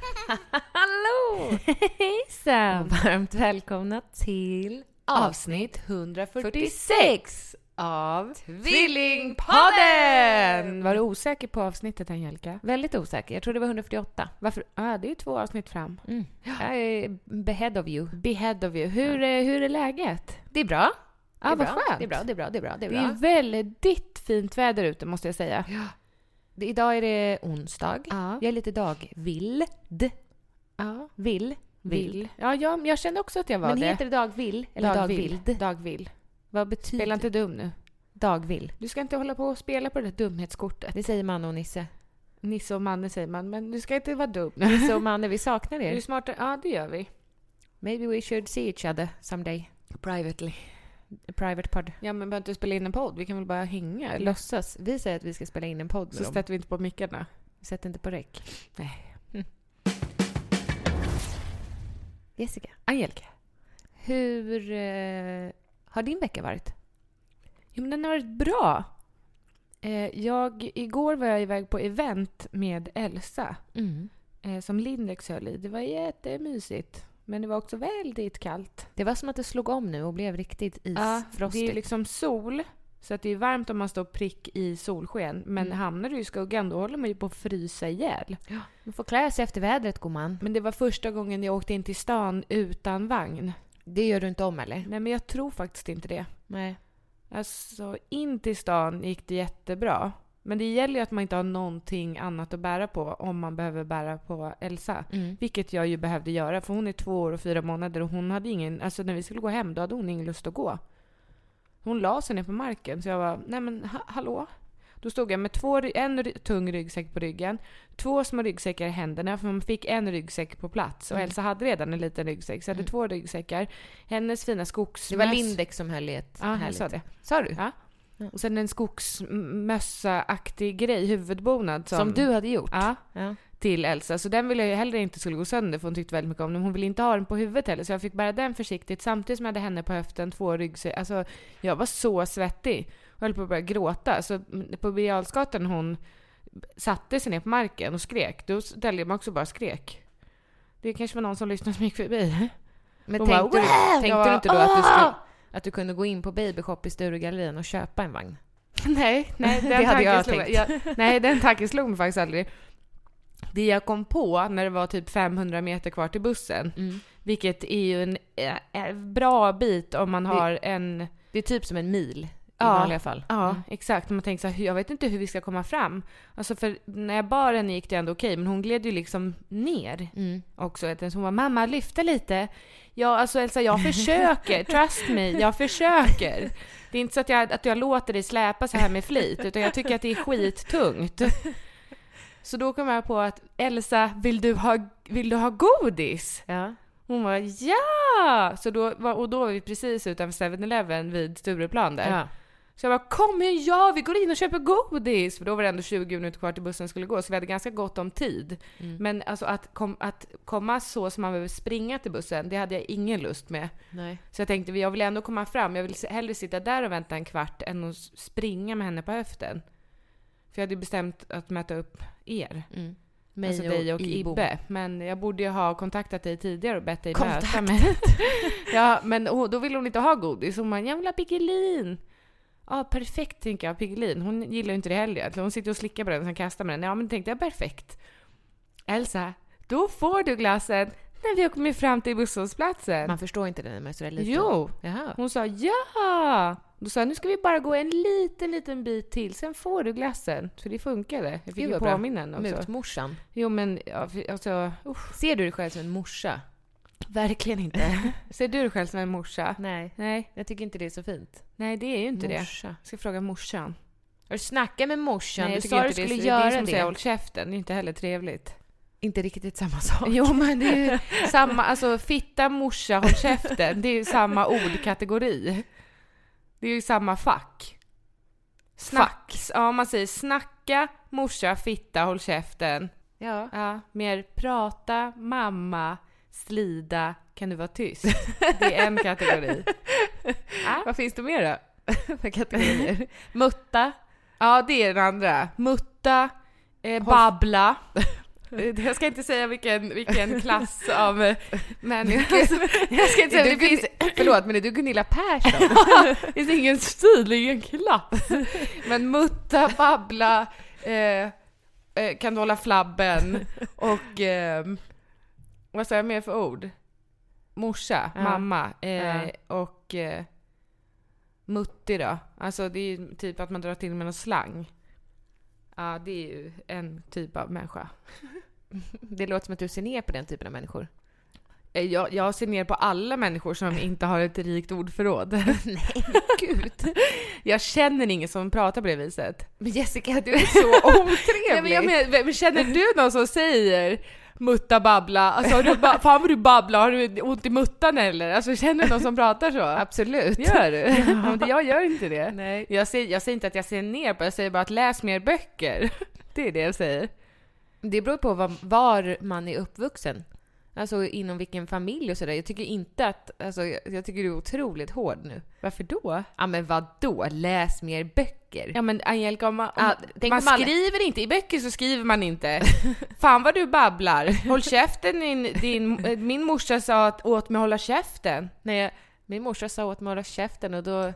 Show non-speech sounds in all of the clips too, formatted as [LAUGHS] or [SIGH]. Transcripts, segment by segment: [LAUGHS] Hallå! Hejsan! Varmt välkomna till avsnitt 146 av Tvillingpodden! Var du osäker på avsnittet, Angelica? Väldigt osäker. Jag tror det var 148. Varför? Ah, det är två avsnitt fram. Mm. Jag är behead of you. Behead of you. Hur, är- hur är läget? Det är bra. Ja, ah, det vad är bra. skönt. Det är bra, det är bra, det är bra. Det är Det är bra. väldigt fint väder ute, måste jag säga. Det- Idag är det onsdag. Ja. Jag är lite dagvild. Ja. Vill. Vill. Vill. Ja, jag, jag kände också att jag var Men det. heter det dagvill eller Dagvill. dagvild? Dagvill. Vad betyder Spela inte dum nu. dagvill? Du ska inte hålla på och spela på det där dumhetskortet. Det säger man och Nisse. Nisse och Manne säger man, men du ska inte vara dum. [LAUGHS] Nisse och Manne, vi saknar Är du er. smartare? Ja, det gör vi. Maybe we should see each other someday. Privately. A private pod. Ja, men behöver inte spela in en podd? Vi kan väl bara hänga? Eller? Låtsas. Vi säger att vi ska spela in en podd Så med dem. stöter vi inte på mickarna. Sätt inte på räck. Hm. Nej. Jessica, Angelica. hur eh, har din vecka varit? Jo, men den har varit bra. Eh, jag, igår var jag iväg på event med Elsa eh, som Lindex höll i. Det var jättemysigt. Men det var också väldigt kallt. Det var som att det slog om nu och blev riktigt det är isfrostigt. ju liksom sol. Så att det är varmt om man står prick i solsken. Men Mm. hamnar du i skuggan då håller man ju på att frysa ihjäl. Man får klä sig efter vädret, gumman. Men det var första gången jag åkte in till stan utan vagn. Det gör du inte om, eller? Nej men jag tror faktiskt inte det. Nej. Alltså in till stan gick det jättebra. Men det gäller ju att man inte har någonting annat att bära på om man behöver bära på Elsa. Mm. Vilket jag ju behövde göra för hon är två år och fyra månader och hon hade ingen, alltså när vi skulle gå hem då hade hon ingen lust att gå. Hon la sig ner på marken så jag var, nej men ha- hallå? Då stod jag med två, ry- en ry- tung ryggsäck på ryggen, två små ryggsäckar i händerna för man fick en ryggsäck på plats och Mm. Elsa hade redan en liten ryggsäck så jag hade Mm. två ryggsäckar. Hennes fina Det skogsmöss. var Lindex som höll i ett Ja, jag härligt- Mm. sa det. Sa du? Ja. Ja. Och sen en skogsmössa-aktig grej, huvudbonad. Som, Som du hade gjort? Ja, Ja. till Elsa. Så den ville jag ju heller inte skulle gå sönder för hon tyckte väldigt mycket om den. Hon ville inte ha den på huvudet heller så jag fick bära den försiktigt samtidigt som jag hade henne på höften, två ryggsäck. Alltså jag var så svettig. Jag höll på att börja gråta. Så mm, på Birger Jarlsgatan hon satte sig ner på marken och skrek, då ställde jag mig också och bara skrek. Det kanske var någon som lyssnade som gick förbi. [LAUGHS] Men Hon bara, tänkte, "Wow!" du, tänkte Jag du bara, inte då att du, "Ah!" skulle, att du kunde gå in på Babyshop i Sturegallerian och köpa en vagn? Nej, nej den [LAUGHS] Det hade jag tanken slog mig- [LAUGHS] tänkt. Jag, nej, den tanken slog mig faktiskt aldrig. Det jag kom på när det var typ 500 meter kvar till bussen, Mm. vilket är ju en eh, eh, bra bit om man har en... Det är typ som en mil i Ja. vanliga fall. Ja, Mm. exakt. Man tänker så här, "Hur- jag vet inte hur vi ska komma fram. Alltså för när jag bar henne gick det ändå okej, men hon gled ju liksom ner Mm. också. Att ens Hon var mamma, lyfta lite. Ja, alltså Elsa, jag försöker. Trust me, jag försöker. Det är inte så att jag, att jag låter dig släpa så här med flit, utan jag tycker att det är skittungt. Så då kom jag på att Elsa, vill du ha, vill du ha godis? Ja. Hon var ja! Så då var, och då var vi precis utanför 7-Eleven vid Stureplan där. Ja. Så jag bara kom igen, ja vi går in och köper godis! För då var det ändå 20 minuter kvar till bussen skulle gå så vi hade ganska gott om tid. Men alltså att, kom, att komma så som man behöver springa till bussen, det hade jag ingen lust med. Nej. Så jag tänkte jag vill ändå komma fram, jag vill s- hellre sitta där och vänta en kvart än att s- springa med henne på höften. För jag hade ju bestämt att möta upp er. Mm. Mig alltså dig och Ibo. Ibbe. Men jag borde ju ha kontaktat dig tidigare och bett dig möta Kontaktat. mig. [LAUGHS] ja, men och, då vill hon inte ha godis. Hon bara, jag vill ha Piggelin. Ja, perfekt tänker jag. Piggelin. Hon Alltså, gillar ju inte det heller egentligen. Hon sitter och slickar på den och sen kastar med den. Ja, men tänkte jag perfekt. Elsa, Då får du glassen när vi har kommit fram till busshållplatsen. Man förstår inte den när man är så där liten. Jo! Jaha. Hon sa ja! Då sa jag, nu ska vi bara gå en liten, liten bit till, sen får du glassen. Så det funkade. Jag fick Gud, ju vad bra. påminna henne också. Mutmorsan. Jo men, ja, för- alltså, usch. Mm, Ser du dig själv som en morsa? Verkligen [LAUGHS] inte. Ser du dig själv som en morsa? Nej. Nej, Jag tycker inte det är så fint. nej det är ju inte det. morsa. Jag ska fråga morsan. Har du snackat med morsan? Nej, du jag tycker sa du inte skulle det, är- göra det. det. är som att säga håll käften, det är inte heller trevligt. Inte riktigt samma sak. Jo men det är [LAUGHS] ju samma, alltså fitta, morsa, håll käften. Det är ju samma ordkategori. Det är ju samma fack. Snacks. Ja, man säger snacka, morsa, fitta, håll käften. Ja. Ja, mer prata, mamma, slida, kan du vara [LAUGHS] tyst? [LAUGHS] Det är en kategori. Vad finns det mer då? Vad kategorier? Mutta. Ja, det är den andra. Mutta, eh, Håll- babbla. Eh, [LAUGHS] [LAUGHS] Jag ska inte säga vilken, Ehm, vilken klass av [LAUGHS] eh, människor. [LAUGHS] Jag ska inte säga, Du det finns, Förlåt, men är du Gunilla Persson? [LAUGHS] det finns ingen stil, ingen klass. Men mutta, babbla, eh, eh, kan du hålla flabben och ehm, vad sa jag mer för ord? Morsa, Ja. mamma eh, Ja. och eh, mutti då. Alltså det är ju typ att man drar till med någon slang. Ja, det är ju en typ av människa. det låter som att du ser ner på den typen av människor. Eh, Jag, jag ser ner på alla människor som [LAUGHS] inte har ett rikt ordförråd. Nej, Gud. [LAUGHS] Jag känner ingen som pratar på det viset. men Jessica, [LAUGHS] du Det är så otrevligt. [LAUGHS] Nej, men jag menar, vem- känner du någon som säger mutta babbla, alltså har du ba- fan vad du babblar, har du ont i muttan eller? Alltså känner du någon som pratar så? [LAUGHS] Absolut. Gör du? Ja. men det- jag gör inte det. Nej. Jag säger, jag säger inte att jag ser ner på det, jag säger bara att läs mer [LAUGHS] böcker. Det är det jag säger. Det beror på var, var man är uppvuxen. Alltså inom vilken familj och sådär. Jag tycker inte att... Alltså, jag, jag tycker du är otroligt hård nu. Varför då? Ja men vadå? Läs mer böcker. Ja men Angelica, om man, om, Ja, tänk man om alla- skriver inte, i böcker så skriver man inte. Fan vad du [LAUGHS] babblar. Håll käften din, din eh, min morsa sa att, åt mig att hålla käften. Nej, min morsa sa åt mig att hålla käften och då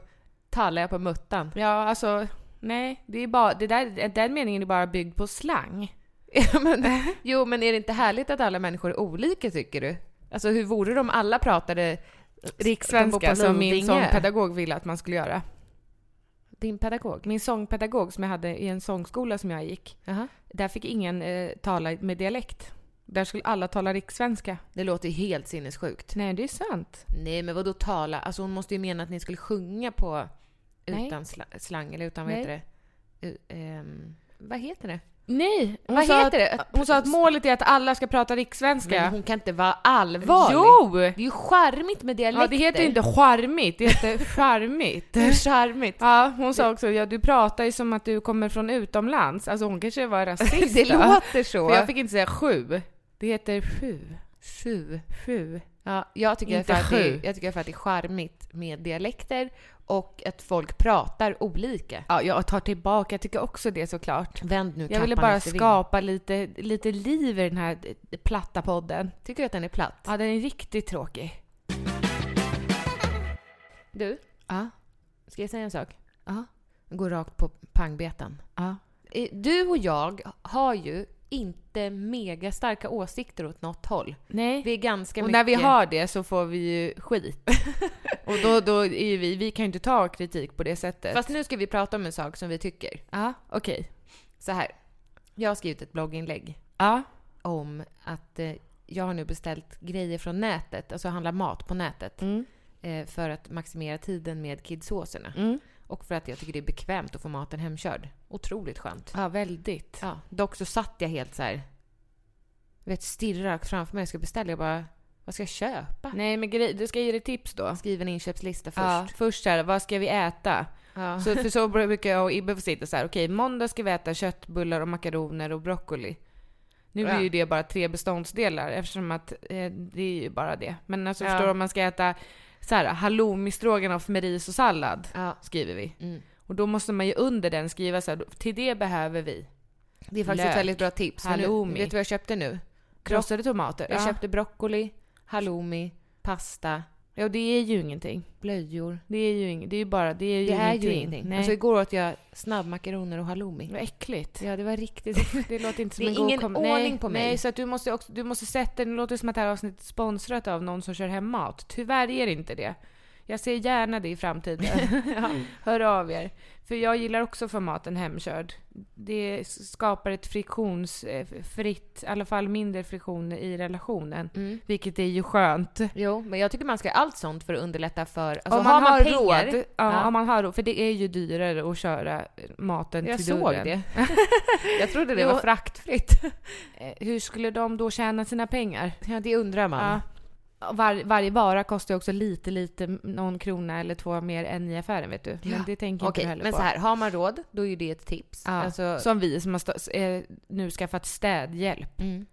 tallade jag på muttan. Ja, alltså nej, det är bara, det där, den meningen är bara byggd på slang. [LAUGHS] Eh. Ja, men, jo, men är det inte härligt att alla människor är olika tycker du? Alltså hur vore det om alla pratade de bor Rikssvenska på som min Lidingö. sångpedagog ville att man skulle göra. Din pedagog? Min sångpedagog som jag hade i en sångskola som jag gick, Jaha. där fick ingen eh, tala med dialekt. Där skulle alla tala rikssvenska. Det låter ju helt sinnessjukt. Nej, det är sant. Nej, men vadå tala? Alltså hon måste ju mena att ni skulle sjunga på Nej. utan sla- slang eller utan vad Nej. heter det? U- ehm, vad heter det? Nej! Hon vad sa heter att, det? Att- Hon sa att målet är att alla ska prata rikssvenska. Men hon kan inte vara allvarlig. Jo! Det är ju charmigt med dialekter. Ja, det heter inte charmigt, det heter [LAUGHS] charmigt. Det är charmigt. Ja, hon sa också ja, du pratar ju som att du kommer från utomlands. Alltså hon kanske [LAUGHS] var rasist [LAUGHS] det då. låter så. För jag fick inte säga sju. Det heter sju. Sju. Sju. Ja, jag tycker Inte inte att det, sju. jag tycker i alla fall att det är charmigt med dialekter och att folk pratar olika. Ja, jag tar tillbaka. Jag tycker också det såklart. Vänd nu Jag ville kappan bara efter skapa lite, lite liv i den här eh, platta podden. vinden. Tycker du att den är platt? Ja, den är riktigt tråkig. Du, Ja. ska jag säga en sak? Ja. Gå rakt på pangbetan. Ja. Eh, Du och jag har ju inte mega starka åsikter åt något håll. Nej. Vi är ganska och mycket... när vi har det så får vi ju skit. [LAUGHS] och då, då är ju vi, vi kan ju inte ta kritik på det sättet. Fast nu ska vi prata om en sak som vi tycker. ja, okej. Så här. Jag har skrivit ett blogginlägg Ja. om att eh, jag har nu beställt grejer från nätet, alltså handlar mat på nätet. Mm. eh, för att maximera tiden med kidsåserna. Mm. Och för att jag tycker det är bekvämt att få maten hemkörd. Otroligt skönt. Ja, väldigt. Ja, dock så satt jag helt så här. du vet, stirrar framför mig. Jag ska beställa. Jag bara, vad ska jag köpa? Nej, men grej, du ska ge dig tips då. Skriv en inköpslista Mm. Ja, först. först här, vad ska vi äta? Ja. Så, för så brukar jag och Ibbe få sitta så här. okej måndag ska vi äta köttbullar och makaroner och broccoli. Nu är Ja. ju det bara tre beståndsdelar eftersom att eh, det är ju bara det. Men alltså Ja. förstår du om man ska äta så här halloumi-stroganoff med ris och sallad Ja. skriver vi. Mm. Och då måste man ju under den skriva så här, till det behöver vi Det är faktiskt Lök. ett väldigt bra tips. För Nu, Halloumi. vet du vad jag köpte nu? krossade tomater. Jag Ja. köpte broccoli, halloumi, pasta, Ja, och det är ju ingenting. Blöjor. Det är ju, ing- det är ju bara, det är ju Det är ingenting. ju ingenting. Nej. Alltså igår åt jag snabbmakaroner och halloumi. Vad äckligt. Ja, det var riktigt... [LAUGHS] Det låter inte som Det är en god ingen kom- ordning nej, på mig. Nej, så att du måste också, du måste sätta, det låter som att det här avsnittet är sponsrat av någon som kör hem mat. Tyvärr är det inte det. Jag ser gärna det i [LAUGHS] framtiden. [LAUGHS] ja, hör av er. För jag gillar också formaten hemkörd. Det s- skapar ett friktionsfritt, i alla fall mindre friktion i relationen. Mm. Vilket är ju skönt. Jo, men jag tycker man ska göra allt sånt för att underlätta för... Alltså, om man har, pengar- råd. Ja, Ja. Om man har råd. För det är ju dyrare att köra maten Jag till såg dörren. det. [LAUGHS] jag trodde det Jo. var fraktfritt. [LAUGHS] Eh, Hur skulle de då tjäna sina pengar? Ja, det undrar man. Ja. Var, varje vara kostar ju också lite, lite någon krona eller två mer än i affären vet du. Men Ja. det tänker inte Okej, du heller men på. så här, har man råd, då är ju det ett tips. Ja. Alltså, Som vi som har sta- eh, nu skaffat städhjälp mm.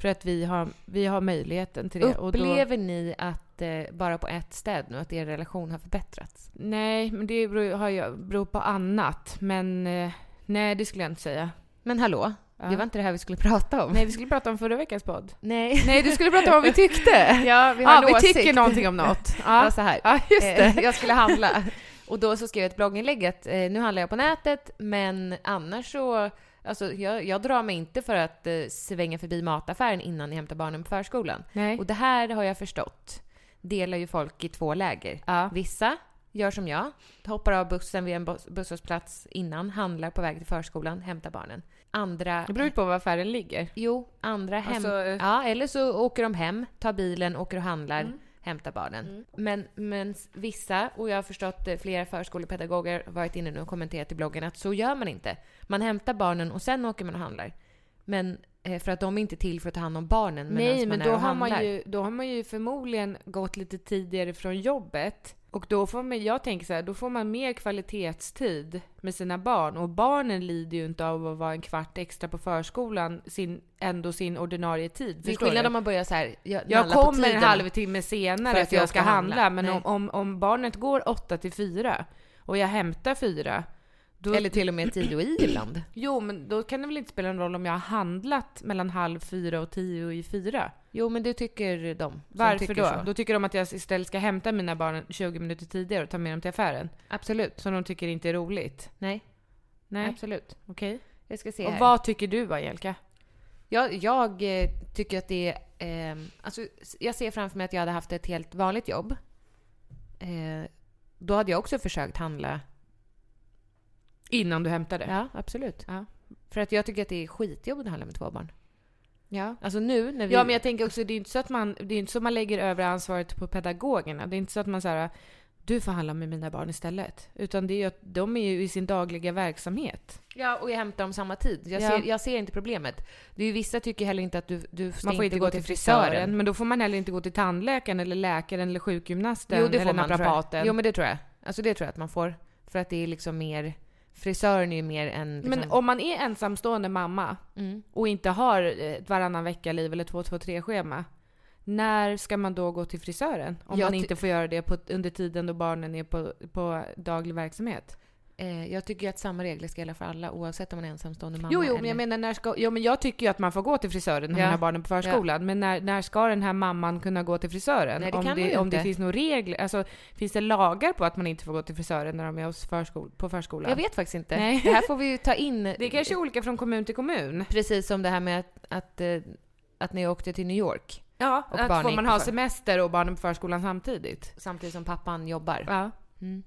för att vi har, vi har möjligheten till det. Och då- Upplever ni att, eh, bara på ett städ nu, att er relation har förbättrats? nej, men det beror, har jag, beror på annat. Men eh, nej, det skulle jag inte säga. Men hallå, Ja. det var inte det här vi skulle prata om. Nej, vi skulle prata om förra veckans podd. Nej. [LAUGHS] Nej, du skulle prata om vad vi tyckte. [LAUGHS] ja, vi Vi, har ja, en vi åsikt. tycker någonting om något. [LAUGHS] Ja, Ja, så här. ja just det. Eh, [LAUGHS] jag skulle handla. Och då så skrev jag ett blogginlägg att eh, nu handlar jag på nätet, men annars så... Alltså, jag, jag drar mig inte för att eh, svänga förbi mataffären innan jag hämtar barnen på förskolan. Nej. Och det här har jag förstått delar ju folk i två läger. Ja. Vissa gör som jag, hoppar av bussen vid en bus- busshållplats innan, handlar på väg till förskolan, hämtar barnen. Andra... Det beror ju på var affären ligger. Jo, andra hem... Alltså, eh, mm, ja, eller så åker de hem, tar bilen, åker och handlar, Mm. hämtar barnen. Men, men s- vissa, och jag har förstått eh, flera förskolepedagoger har varit inne nu och kommenterat i bloggen att så gör man inte. Man hämtar barnen och sen åker man och handlar. Men eh, för att de är inte till för att ta hand om barnen medans Nej, men är då och har, man handlar. ju, då har man ju förmodligen gått lite tidigare från jobbet. Och då får man, jag tänker så här, då får man mer kvalitetstid med sina barn. Och barnen lider ju inte av att vara en kvart extra på förskolan, sin, ändå sin ordinarie tid. Det är Förstår skillnad du? om man börjar så här, jag, Jag nalla på kommer en tiden. halvtimme senare för att jag ska handla. Men Nej. om, om, om barnet går 8 till 4 och jag hämtar 4. Då, Eller till och med tid och i ibland. Jo, men då kan det väl inte spela någon roll om jag har handlat mellan halv fyra och tio i fyra? Jo, men du tycker de. som Varför tycker då? så. Då tycker de att jag istället ska hämta mina barn 20 minuter tidigare och ta med dem till affären. Absolut. Som de tycker inte är roligt. Nej, Nej, absolut. okej. Jag ska se Och här. vad tycker du Angelica? Jag, jag eh, tycker att det är... Eh, alltså, s- jag ser framför mig att jag hade haft ett helt vanligt jobb. Eh, då hade jag också försökt handla. Innan du hämtade? Ja, absolut. Ja. För att jag tycker att det är skitjobb att handla med två barn. ja. Alltså nu när vi... Ja, men jag tänker också, det är inte så att man, det är inte så man lägger över ansvaret på pedagogerna. Det är inte så att man säger du får handla med mina barn istället. Utan det är ju att de är ju i sin dagliga verksamhet. Ja, och jag hämtar dem samma tid. Jag, Ja. ser, jag ser inte problemet. Det är ju vissa tycker heller inte att du, du ska Man får inte gå till frisören, men då får man heller inte gå till tandläkaren eller läkaren eller sjukgymnasten Jo, det eller får man, tror naprapaten. jag. Jo, men det tror jag. Alltså det tror jag att man får. För att det är liksom mer... Frisören är ju mer en... Liksom, Men om man är ensamstående mamma mm. och inte har ett varannan vecka-liv eller 2-2-3-schema. När ska man då gå till frisören? Om Jag man ty- inte får göra det på, under tiden då barnen är på, på daglig verksamhet. eh, jag tycker ju att samma regler ska gälla för alla oavsett om man är ensamstående mamma jo, jo, eller... men jag menar när ska... Jo, men jag tycker ju att man får gå till frisören när Ja. man har barnen på förskolan. Men när, när ska den här mamman kunna gå till frisören? Nej, det om kan man det, ju om det inte. finns några regler? Alltså, finns det lagar på att man inte får gå till frisören när de är hos förskol- på förskolan? Jag vet faktiskt inte. Nej. Det här får vi ju ta in. [LAUGHS] Det är kanske är olika från kommun till kommun. Precis som det här med att, att, eh, att ni åkte till New York Ja, och att barnen får gick man på ha för- semester och barnen på förskolan samtidigt. samtidigt som pappan jobbar. Ja. Mm.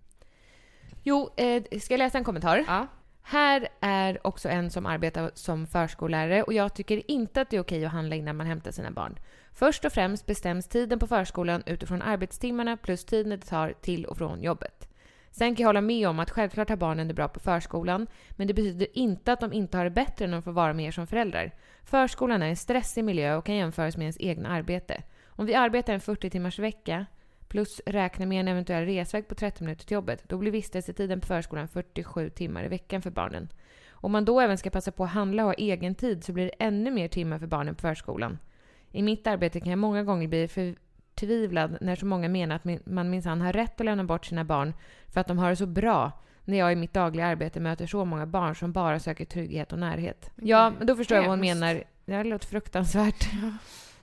Jo, eh, ska jag läsa en kommentar? ja. Här är också en som arbetar som förskollärare och jag tycker inte att det är okej att handla innan man hämtar sina barn. Först och främst bestäms tiden på förskolan utifrån arbetstimmarna plus tiden det tar till och från jobbet. Sen kan jag hålla med om att självklart har barnen det bra på förskolan, men det betyder inte att de inte har det bättre när de får vara med er som föräldrar. Förskolan är en stressig miljö och kan jämföras med ens egna arbete. Om vi arbetar en 40 timmars vecka plus räkna med en eventuell resväg på 30 minuter till jobbet, då blir vistelsetiden på förskolan 47 timmar i veckan för barnen. Om man då även ska passa på att handla och ha egen tid så blir det ännu mer timmar för barnen på förskolan. I mitt arbete kan jag många gånger bli förtvivlad när så många menar att min- man minsann har rätt att lämna bort sina barn för att de har det så bra när jag i mitt dagliga arbete möter så många barn som bara söker trygghet och närhet. Ja, men då förstår jag vad hon Hemskt. menar. Det här låter fruktansvärt.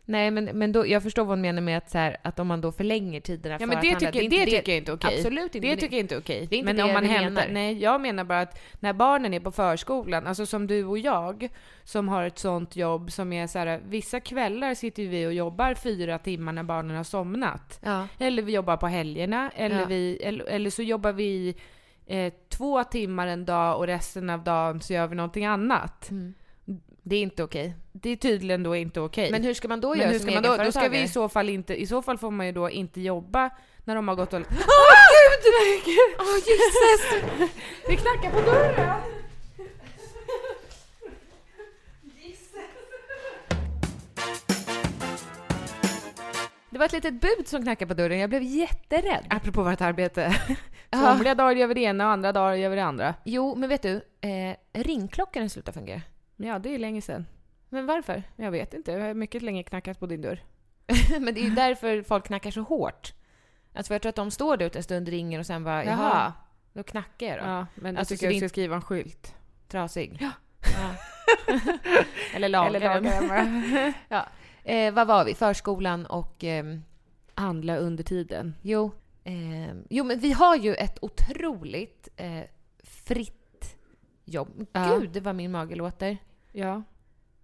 Nej, men, men då, jag förstår vad hon menar med att, så här, att om man då förlänger tiderna Ja för men att det handla. tycker, det inte tycker jag inte är okej. Absolut inte. Det men tycker jag inte är okej. det är inte men det om man vi hämtar, menar. nej jag menar bara att när barnen är på förskolan, alltså som du och jag, som har ett sånt jobb som är så här, vissa kvällar sitter ju vi och jobbar fyra timmar när barnen har somnat. Ja. Eller vi jobbar på helgerna, eller, Ja. vi, eller, eller så jobbar vi eh, två timmar en dag och resten av dagen så gör vi någonting annat. Mm. Det är inte okej. Det är tydligen då inte okej. Men hur ska man då Men göra hur som ska man då? Då ska vi egenföretagare? i så fall inte, i så fall får man ju då inte jobba när de har gått [LAUGHS] och... Åh [LAUGHS] Åh Jesus! Vi knackar på dörren! Det var ett litet bud som knackade på dörren. Jag blev jätterädd. Apropå vårt arbete. Ja. Somliga dagar gör vi det ena och andra dagar gör vi det andra. Jo, men vet du? Eh, ringklockan slutar fungera. Ja, det är länge sedan. Men varför? Jag vet inte, jag har mycket länge knackat på din dörr. [LAUGHS] men det är ju därför folk knackar så hårt. Alltså för jag tror att de står där ute en stund, ringer och sen bara Jaha. jaha, då knackar jag då. Ja, men då Alltså, så tycker jag det du är ska skriva en skylt. Trasig. Ja. Eller lagar [LAUGHS] Eller laga den. [LAUGHS] Eh, vad var vi? Förskolan och... ehm, Handla under tiden. Jo. Eh, jo, men vi har ju ett otroligt eh, fritt jobb. Ja. Gud, vad min mage låter. Ja.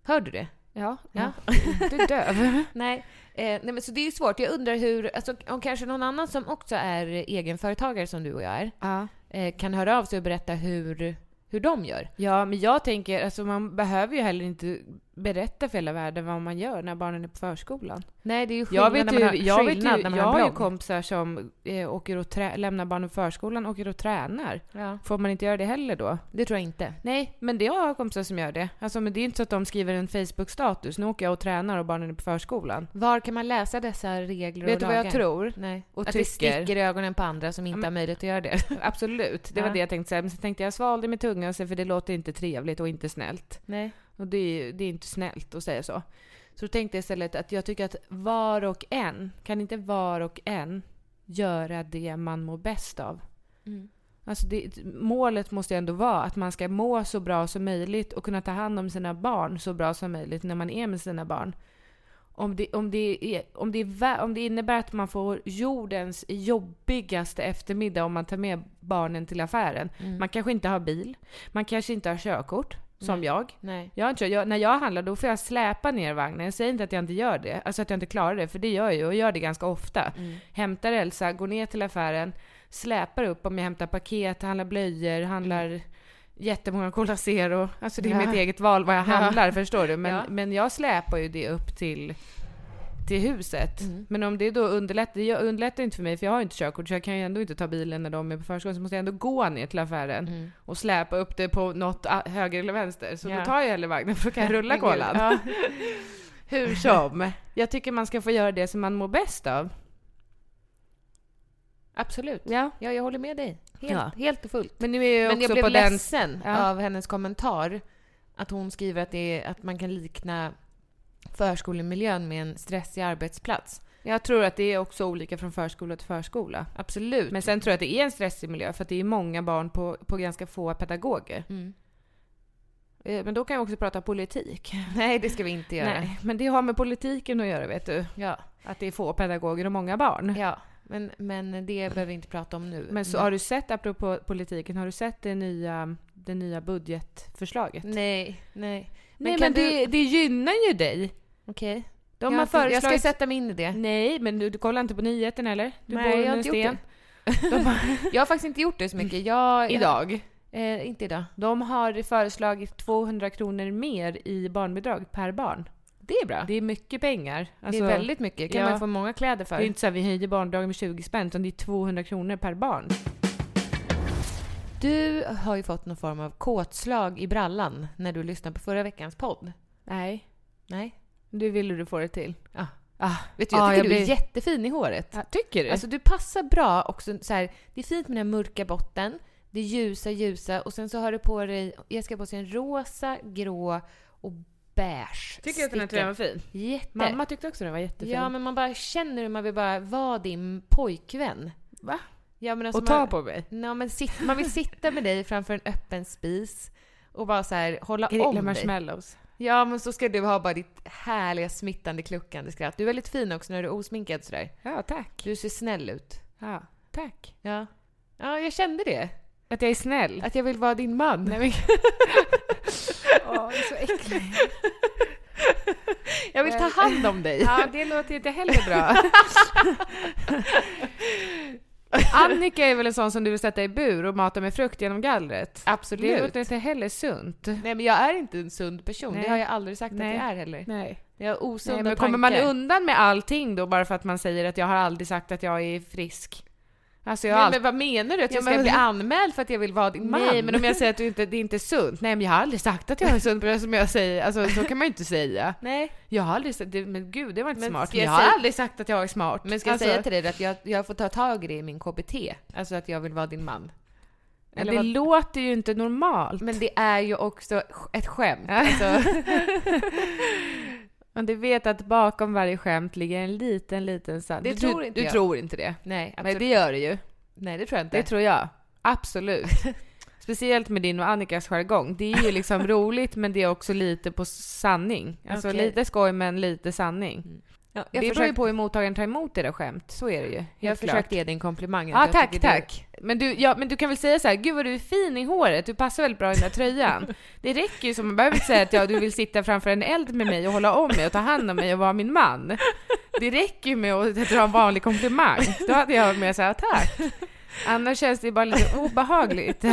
Hör du det? Ja. Ja. [LAUGHS] Du är döv. Nej. Eh, nej men så det är ju svårt. Jag undrar hur, alltså, om kanske någon annan som också är egenföretagare som du och jag är, ja. eh, kan höra av sig och berätta hur, hur de gör. Ja, men jag tänker, alltså man behöver ju heller inte berätta för hela världen vad man gör när barnen är på förskolan. Nej, det är ju Jag skillnad vet när ju, man har, jag, vet ju, skillnad när man jag har har ju blogg. kompisar som eh, åker och trä- lämnar barnen på förskolan, åker och tränar. ja, Får man inte göra det heller då? det tror jag inte. Nej, men det har jag kompisar som gör det. Alltså, men det är inte så att de skriver en Facebook-status. Nu åker jag och tränar och barnen är på förskolan. Var kan man läsa dessa regler Vet och du lagar? vad jag tror? Nej. Och att det tycker. sticker i ögonen på andra som inte Ja, men- har möjlighet att göra det. [LAUGHS] Absolut, det var Ja. det jag tänkte säga. Men sen tänkte jag svalde med tungan så- för det låter inte trevligt och inte snällt. Nej. Och det är, ju- det är inte snällt att säga så. Så då tänkte jag istället att jag tycker att var och en, kan inte var och en göra det man mår bäst av? Mm. Alltså det, målet måste ju ändå vara att man ska må så bra som möjligt och kunna ta hand om sina barn så bra som möjligt när man är med sina barn. Om det, om det, är, om det, är, vä- om det innebär att man får jordens jobbigaste eftermiddag om man tar med barnen till affären. Man kanske inte har bil, man kanske inte har körkort, som jag. Nej. Jag har inte, jag, när jag handlar då får jag släpa ner vagnen. Jag säger inte att jag inte gör det, alltså att jag inte klarar det, för det gör jag ju och gör det ganska ofta. Mm. Hämtar Elsa, går ner till affären, släpar upp om jag hämtar paket, handlar blöjor, handlar jättemånga Cola Zero. Alltså det är Mm. Ja. mitt eget val vad jag Ja. handlar, förstår du? Men, Ja. men jag släpar ju det upp till till huset. Mm. Men om det då underlättar, det gör- underlättar inte för mig för jag har inte körkort så jag kan ju ändå inte ta bilen när de är på förskolan så måste jag ändå gå ner till affären Mm. och släpa upp det på något a- höger eller vänster. Så Ja. då tar jag hellre vagnen för då kan jag rulla Men gud, kolan. ja. [LAUGHS] Hur som. Jag tycker man ska få göra det som man mår bäst av. Absolut. Ja. Ja, jag håller med dig. Helt, Ja. helt och fullt. Men nu är jag Men jag också blev på den... ledsen Ja. av hennes kommentar. Att hon skriver att, det är, att man kan likna förskolemiljön med en stressig arbetsplats. Jag tror att det är också olika från förskola till förskola. Absolut. Men sen tror jag att det är en stressig miljö för att det är många barn på, på ganska få pedagoger. Mm. Eh, Men då kan jag också prata politik. [LAUGHS] Nej, det ska vi inte göra. Nej, men det har med politiken att göra vet du. Ja. Att det är få pedagoger och många barn. ja. Men, men det behöver vi inte prata om nu. Mm. Men så har du sett, apropå politiken, har du sett det nya, det nya budgetförslaget? Nej, nej. Nej men, kan du- det, det gynnar ju dig! Okej. De jag, har har jag ska föreslagit... sätta mig in i det. Nej, men du, du kollar inte på nyheten eller? Du Nej, bor jag har under en inte gjort sten. De har, [LAUGHS] Jag har faktiskt inte gjort det så mycket. Jag, idag. Eh, inte idag. De har föreslagit 200 kronor mer i barnbidrag per barn. Det är bra. Det är mycket pengar. Alltså, det är väldigt mycket. kan ja. man få många kläder för. det är inte så att vi höjer barnbidragen med 20 spänn utan det är 200 kronor per barn. Du har ju fått någon form av kåtslag i brallan när du lyssnade på förra veckans podd. Nej. Nej? Du ville du få det till. Ja. Ah. Vet du, jag Ja, tycker jag du är blir- jättefin i håret. tycker du? Alltså du passar bra också så här, det är fint med den här mörka botten, det ljusa, ljusa och sen så har du på dig, Jessica har på sig en rosa, grå och beige tycker du att den här tröjan var fin? sticker. Jätte. Mamma tyckte också den var jättefin. ja men man bara känner hur man vill bara vara din pojkvän. Va? Ja, men alltså Och ta man- på mig. Nej, men sitt, man vill sitta med dig framför en öppen spis och bara så här, hålla om Grilla dig. marshmallows. Ja, men så ska du ha bara ditt härliga smittande kluckande skratt. Du är väldigt fin också när du är osminkad sådär. Ja, tack. Du ser snäll ut. Ja, tack. Ja. Ja, jag kände det. Att jag är snäll. Att jag vill vara din man. Nej, men... [LAUGHS] Åh, du är så äcklig. Jag vill ta hand om dig. Ja, det låter inte heller [LAUGHS] bra. Annika är väl en sån som du vill sätta i bur och mata med frukt genom gallret? Absolut. Det låter inte heller sunt. Nej, men jag är inte en sund person. Nej. Det har jag aldrig sagt Nej. att jag är heller. Nej. Jag har osunda Nej men kommer man tankar. undan med allting då bara för att man säger att jag har aldrig sagt att jag är frisk? Alltså jag har Nej, alltid- men vad menar du? Att Ja, jag men ska bli vad- anmäld för att jag vill vara din man? Nej, men om jag säger att du inte, det är inte är sunt. Nej, men jag har aldrig sagt att jag är sunt, men som jag säger. Alltså, så kan man ju inte säga. Nej. Jag har aldrig sagt, det, men gud, det var inte Men smart. ska Men jag jag har säga- aldrig sagt att jag är smart. Men ska jag Alltså, säga till dig att jag, jag får ta tag i det i min KBT? Alltså att jag vill vara din man. men eller det vad- låter ju inte normalt. Men det är ju också ett [LAUGHS] skämt. alltså. [LAUGHS] men du vet att bakom varje skämt ligger en liten, liten sanning. Det du, tror du, inte du jag. tror inte det. Nej, Men absolut. det gör det ju. Nej, det tror jag inte. Det tror jag. Absolut. Speciellt med din och Annikas jargong. Det är ju [LAUGHS] liksom roligt men det är också lite på sanning. Alltså Okej. lite skoj men lite sanning. Ja, Det jag beror ju försökte, på hur mottagaren tar emot era skämt. Så är det ju. jag helt klart. försökte ge dig en komplimang. Ja, Jag tack, tycker det- tack. Men du, ja, men du kan väl säga så här, gud vad du är fin i håret, du passar väldigt bra i den där [LAUGHS] tröjan. Det räcker ju som, man behöver inte säga att ja, du vill sitta framför en eld med mig och hålla om mig och ta hand om mig och vara min man. Det räcker ju med att dra en vanlig komplimang. Då hade jag med såhär, tack. Annars känns det ju bara lite obehagligt.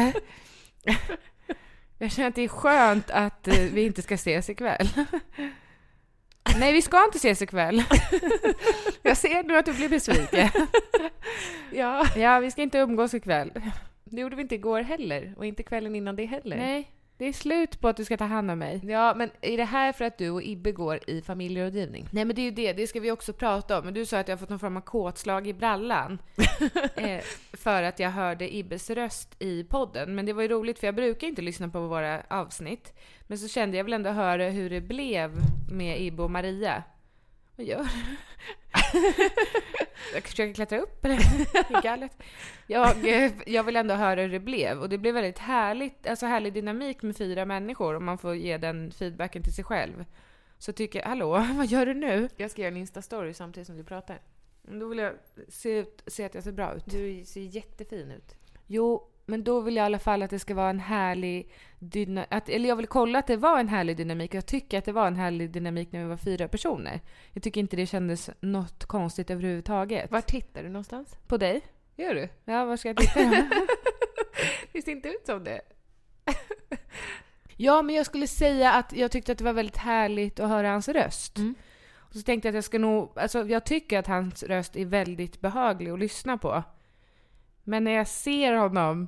Jag känner att det är skönt att eh, vi inte ska ses ikväll. Nej, vi ska inte ses ikväll. [LAUGHS] Jag ser nu att du blir besviken. Ja, Ja, vi ska inte umgås ikväll. det gjorde vi inte igår heller och inte kvällen innan det heller. Nej, det är slut på att du ska ta hand om mig. Ja, men är det här för att du och Ibbe går i familjerådgivning? Nej men det är ju det, det ska vi också prata om. Men du sa att jag har fått någon form av kåtslag i brallan. [LAUGHS] eh, för att jag hörde Ibbes röst i podden. Men det var ju roligt för jag brukar inte lyssna på våra avsnitt. Men så kände jag väl ändå höra hur det blev med Ibbe och Maria. Vad gör [LAUGHS] du? Jag försöker klättra upp eller? i gallret. Jag, eh, jag vill ändå höra hur det blev och det blev väldigt härligt, alltså härlig dynamik med fyra människor om man får ge den feedbacken till sig själv. Så tycker jag, hallå, [LAUGHS] vad gör du nu? Jag ska göra en Insta-story samtidigt som du pratar. Då vill jag se, ut, se att jag ser bra ut. Du ser jättefin ut. Jo, men då vill jag i alla fall att det ska vara en härlig dynamik. Eller jag vill kolla att det var en härlig dynamik. Jag tycker att det var en härlig dynamik när vi var fyra personer. Jag tycker inte det kändes något konstigt överhuvudtaget. Var tittar [LAUGHS] du [LAUGHS] någonstans? På dig? Gör du? Ja, var ska jag titta? [LAUGHS] Det ser inte ut som det. ja, men jag skulle säga att jag tyckte att det var väldigt härligt att höra hans röst. Mm. Och så tänkte jag att jag ska nog, alltså jag tycker att hans röst är väldigt behaglig att lyssna på. Men när jag ser honom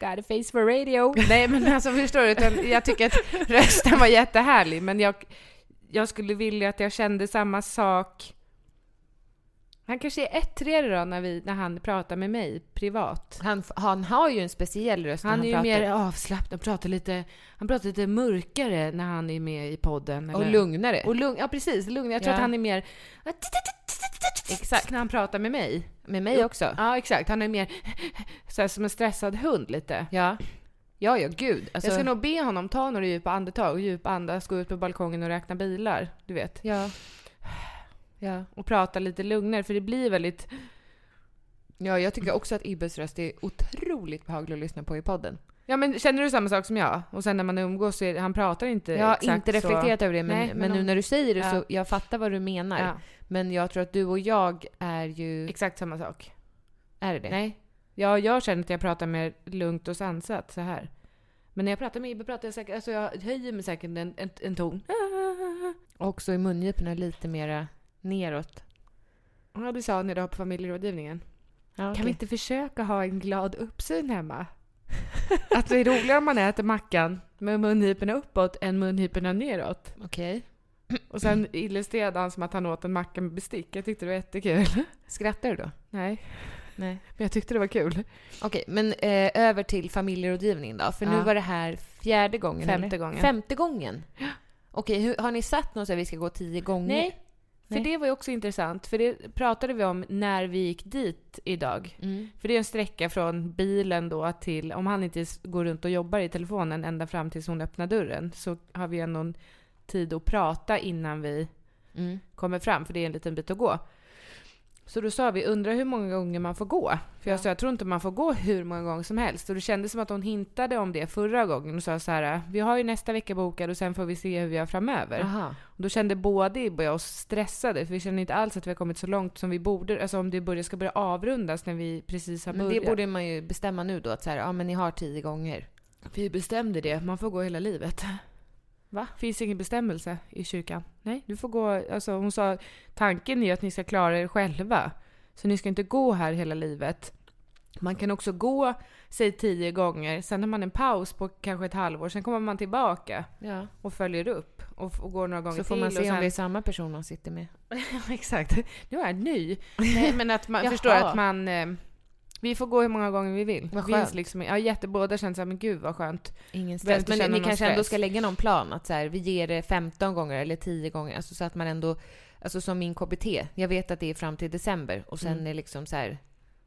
Got a face for radio. Nej men alltså förstår du? Utan jag tycker att rösten var jättehärlig men jag, jag skulle vilja att jag kände samma sak. Han kanske är ettrigare då när, vi, när han pratar med mig privat. Han, f- han har ju en speciell röst när Han är ju pratar. mer avslappnad, pratar lite, han pratar lite mörkare när han är med i podden. Och eller- lugnare. Och lugn, ja precis, lugn. Jag tror Ja. att han är mer... Exakt. När han pratar med mig. Med mig också. Ja exakt, han är mer [LAUGHS] så här, som en stressad hund lite. Ja. Ja, ja, gud. Alltså, Jag ska nog be honom ta några djupa andetag och djupandas, gå ut på balkongen och räkna bilar. Du vet. Ja. Ja. Och prata lite lugnare för det blir väldigt... ja, jag tycker också att Ibbes röst är otroligt behaglig att lyssna på i podden. Ja men känner du samma sak som jag? Och sen när man umgås så är, han pratar inte Jag har exakt inte så- reflekterat över det, men, Nej, men, men nu om- när du säger det Ja. så jag fattar vad du menar. Ja, Men jag tror att du och jag är ju... exakt samma sak. Är det det? Nej. Ja, jag känner att jag pratar mer lugnt och sansat så här. Men när jag pratar med Ibbe pratar jag säkert, alltså jag höjer mig säkert en, en, en ton. [LAUGHS] Också i mungiporna lite mera neråt. Ja, du sa när du var på familjerådgivningen. Ja, Kan vi inte försöka ha en glad uppsyn hemma? Att det är roligare om man äter mackan med munhyporna uppåt än munhyporna neråt. Okej. Och sen illustrerade han som att han åt en macka med bestick. Jag tyckte det var jättekul. Skrattar du då? Nej, Nej. men jag tyckte det var kul. Okej, men eh, över till familjerådgivning då. För nu Ja. var det här fjärde gången. Femte eller? gången. Femte gången? Okej, hur- har ni satt något så att vi ska gå tio gånger? Nej, för Nej. det var ju också intressant. För det pratade vi om när vi gick dit idag. Mm. För det är en sträcka från bilen då till, om han inte s- går runt och jobbar i telefonen ända fram tills hon öppnar dörren, så har vi ändå en tid att prata innan vi Mm. kommer fram, för det är en liten bit att gå. Så då sa vi, undrar hur många gånger man får gå? För jag sa, jag tror inte man får gå hur många gånger som helst. Och det kändes som att hon hintade om det förra gången och sa så här, vi har ju nästa vecka bokad och sen får vi se hur vi gör framöver. Aha. Och då kände både Ibbe och jag oss stressade, för vi kände inte alls att vi har kommit så långt som vi borde, alltså om det börjar, ska börja avrundas när vi precis har Men det börjat. borde man ju bestämma nu då, att så här, ja men ni har tio gånger. Vi bestämde det, man får gå hela livet. Va? Finns ingen bestämmelse i kyrkan. Nej, du får gå, alltså hon sa, tanken är att ni ska klara er själva. Så ni ska inte gå här hela livet. Man kan också gå, säg tio gånger, sen har man en paus på kanske ett halvår, sen kommer man tillbaka Ja. och följer upp och, f- och går några gånger Så får till. man se och om det är samma person man sitter med. Ja, exakt. Nu är jag ny. Nej, [LAUGHS] men att man Jaha. förstår att man... Eh, vi får gå hur många gånger vi vill. Vad Finns skönt. liksom, ja, jätte, båda känns såhär, men gud vad skönt. Ingen Behöver stress. inte Men känna ni någon kanske ändå stress. ska lägga någon plan att så här, vi ger det 15 gånger eller 10 gånger. Alltså så att man ändå, alltså som min KBT, jag vet att det är fram till december och sen Mm. är liksom så här,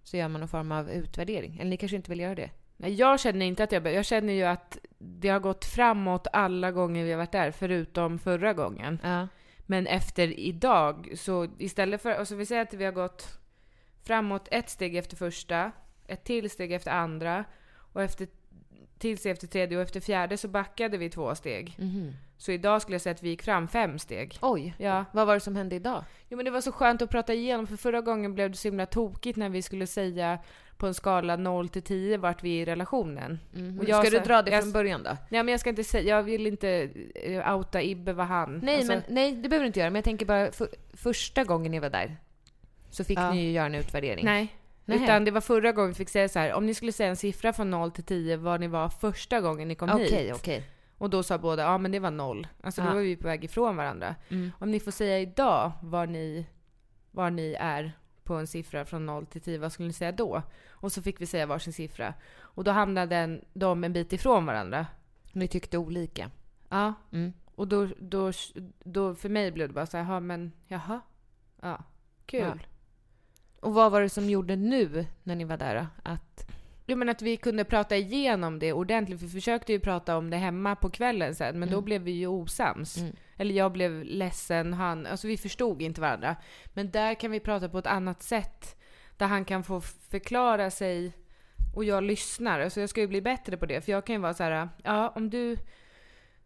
så gör man någon form av utvärdering. Eller ni kanske inte vill göra det? Nej, jag känner inte att jag behöver. Jag känner ju att det har gått framåt alla gånger vi har varit där, förutom förra gången. Ja. Men efter idag, så istället för... Alltså vi säger att vi har gått framåt ett steg efter första, ett till steg efter andra och efter till steg efter tredje och efter fjärde så backade vi två steg. Mm. Så idag skulle jag säga att vi gick fram fem steg. Oj! Ja. Vad var det som hände idag? Jo men det var så skönt att prata igenom för förra gången blev det så himla tokigt när vi skulle säga på en skala 0 till 10 vart vi är i relationen. Mhm. Och jag ska du sa- dra det jag- från början då? Nej men jag ska inte säga, jag vill inte eh, outa Ibbe vad han... Nej, alltså, men, nej, det behöver du inte göra. Men jag tänker bara för, första gången ni var där så fick Ja. ni ju göra en utvärdering. Nej. Nej. Utan det var förra gången vi fick säga så här. om ni skulle säga en siffra från 0 till 10 var ni var första gången ni kom Okej, hit. okej. Och då sa båda, ja men det var 0. Alltså Ja. då var vi på väg ifrån varandra. Mm. Om ni får säga idag var ni, var ni är på en siffra från 0 till 10, vad skulle ni säga då? Och så fick vi säga varsin siffra. Och då hamnade en, de en bit ifrån varandra. Ni tyckte olika. Ja. Mm. Och då, då, då för mig blev det bara så här, "Jaha, men jaha. Ja. Kul. Ja. Och vad var det som gjorde nu när ni var där då? Att Jo men att vi kunde prata igenom det ordentligt. För vi försökte ju prata om det hemma på kvällen sen, men då Mm. blev vi ju osams. Mm. Eller jag blev ledsen, han, alltså vi förstod inte varandra. Men där kan vi prata på ett annat sätt. Där han kan få förklara sig och jag lyssnar. Alltså jag ska ju bli bättre på det. För jag kan ju vara så här, ja om du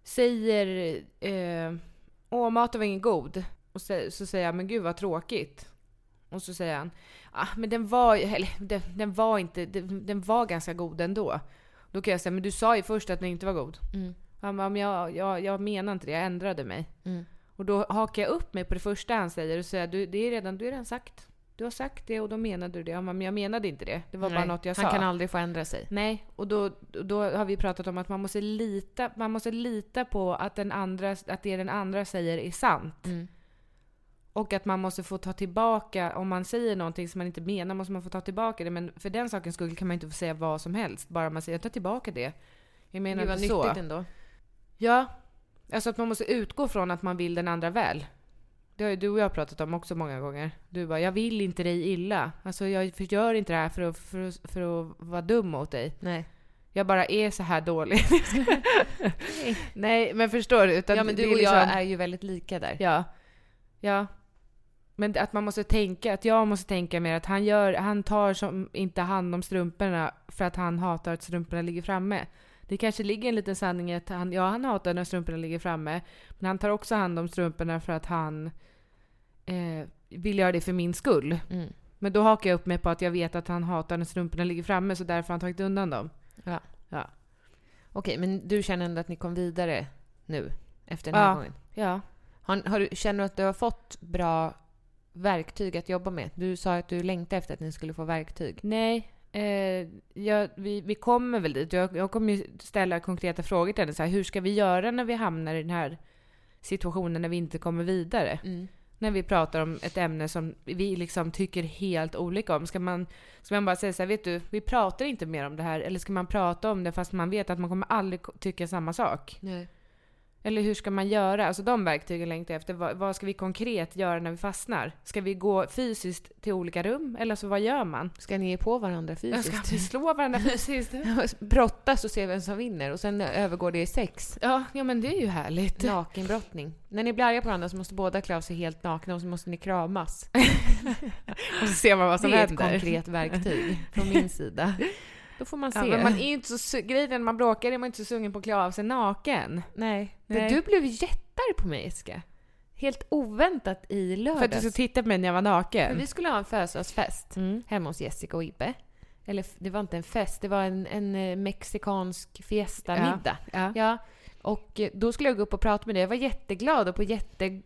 säger eh, åh maten var ingen god. Och så, så säger jag, men gud vad tråkigt. Och så säger han, ah, men den var, ju- eller, den, den var inte, den, den var ganska god ändå. Då kan jag säga, men du sa ju först att den inte var god. Mm. Han bara, men jag, jag, jag menar inte det, jag ändrade mig. Mm. Och då hakar jag upp mig på det första han säger och säger, du, det är redan, du är redan sagt. Du du har sagt det och då menade du det. Ja, men jag menade inte det. Det var bara Nej, något jag han sa. kan aldrig få ändra sig. Nej, och då, då har vi pratat om att man måste lita, man måste lita på att, den andra, att det den andra säger är sant. Och att man måste få ta tillbaka, om man säger någonting som man inte menar måste man få ta tillbaka det. Men för den sakens skull kan man inte få säga vad som helst. Bara man säger ta tillbaka det. Jag menar det var inte så. nyttigt ändå. Ja. Alltså att man måste utgå från att man vill den andra väl. Det har ju du och jag pratat om också många gånger. Du bara, jag vill inte dig illa. Alltså jag gör inte det här för att, för att, för att vara dum mot dig. Nej. Jag bara är så här dålig. [LAUGHS] Nej, men förstår du? Utan Ja, men det du är och jag liksom- är ju väldigt lika där. Ja. Ja. Men att man måste tänka, att jag måste tänka mer att han, gör, han tar som, inte hand om strumporna för att han hatar att strumporna ligger framme. Det kanske ligger en liten sanning i att han, ja, han hatar när strumporna ligger framme, men han tar också hand om strumporna för att han eh, vill göra det för min skull. Mm. Men då hakar jag upp mig på att jag vet att han hatar när strumporna ligger framme, så därför har han tagit undan dem. Ja. Ja. Okej, men du känner ändå att ni kom vidare nu efter den här Ja. gången? Ja. Har, har, du- känner du att du har fått bra verktyg att jobba med? Du sa att du längtade efter att ni skulle få verktyg. Nej, eh, jag, vi, vi kommer väl dit. Jag, jag kommer ju ställa konkreta frågor till henne. Så här, hur ska vi göra när vi hamnar i den här situationen när vi inte kommer vidare? Mm. När vi pratar om ett ämne som vi liksom tycker helt olika om. Ska man, ska man bara säga så här, vet du, vi pratar inte mer om det här. Eller ska man prata om det fast man vet att man kommer aldrig ko- tycka samma sak? Nej. Eller hur ska man göra? Alltså de verktygen längtar jag efter. Vad, vad ska vi konkret göra när vi fastnar? Ska vi gå fysiskt till olika rum? Eller så vad gör man? Ska ni ge på varandra Jag fysiskt? ska vi slå varandra [LAUGHS] fysiskt? Brottas och se vem som vinner och sen övergår det i sex. Ja, ja men det är ju härligt. Nakenbrottning. När ni blir arga på varandra så måste båda klä av sig helt nakna och så måste ni kramas. [LAUGHS] Och så ser man vad det är ett konkret verktyg från min sida. Då får man se. Ja, men man är ju inte så su- grejen är när man bråkar är man inte så sugen på att klä av sig naken. Nej. Nej. Du blev jättar på mig, Iska. Helt oväntat i lördags. För att du skulle titta på mig när jag var Men naken. vi skulle ha en födelsedagsfest hemma hos Jessica och Ibbe. Eller f- det var inte en fest, det var en, en eh, mexikansk fiesta-middag. Ja, ja. Och eh, då skulle jag gå upp och prata med dig. Jag var jätteglad och på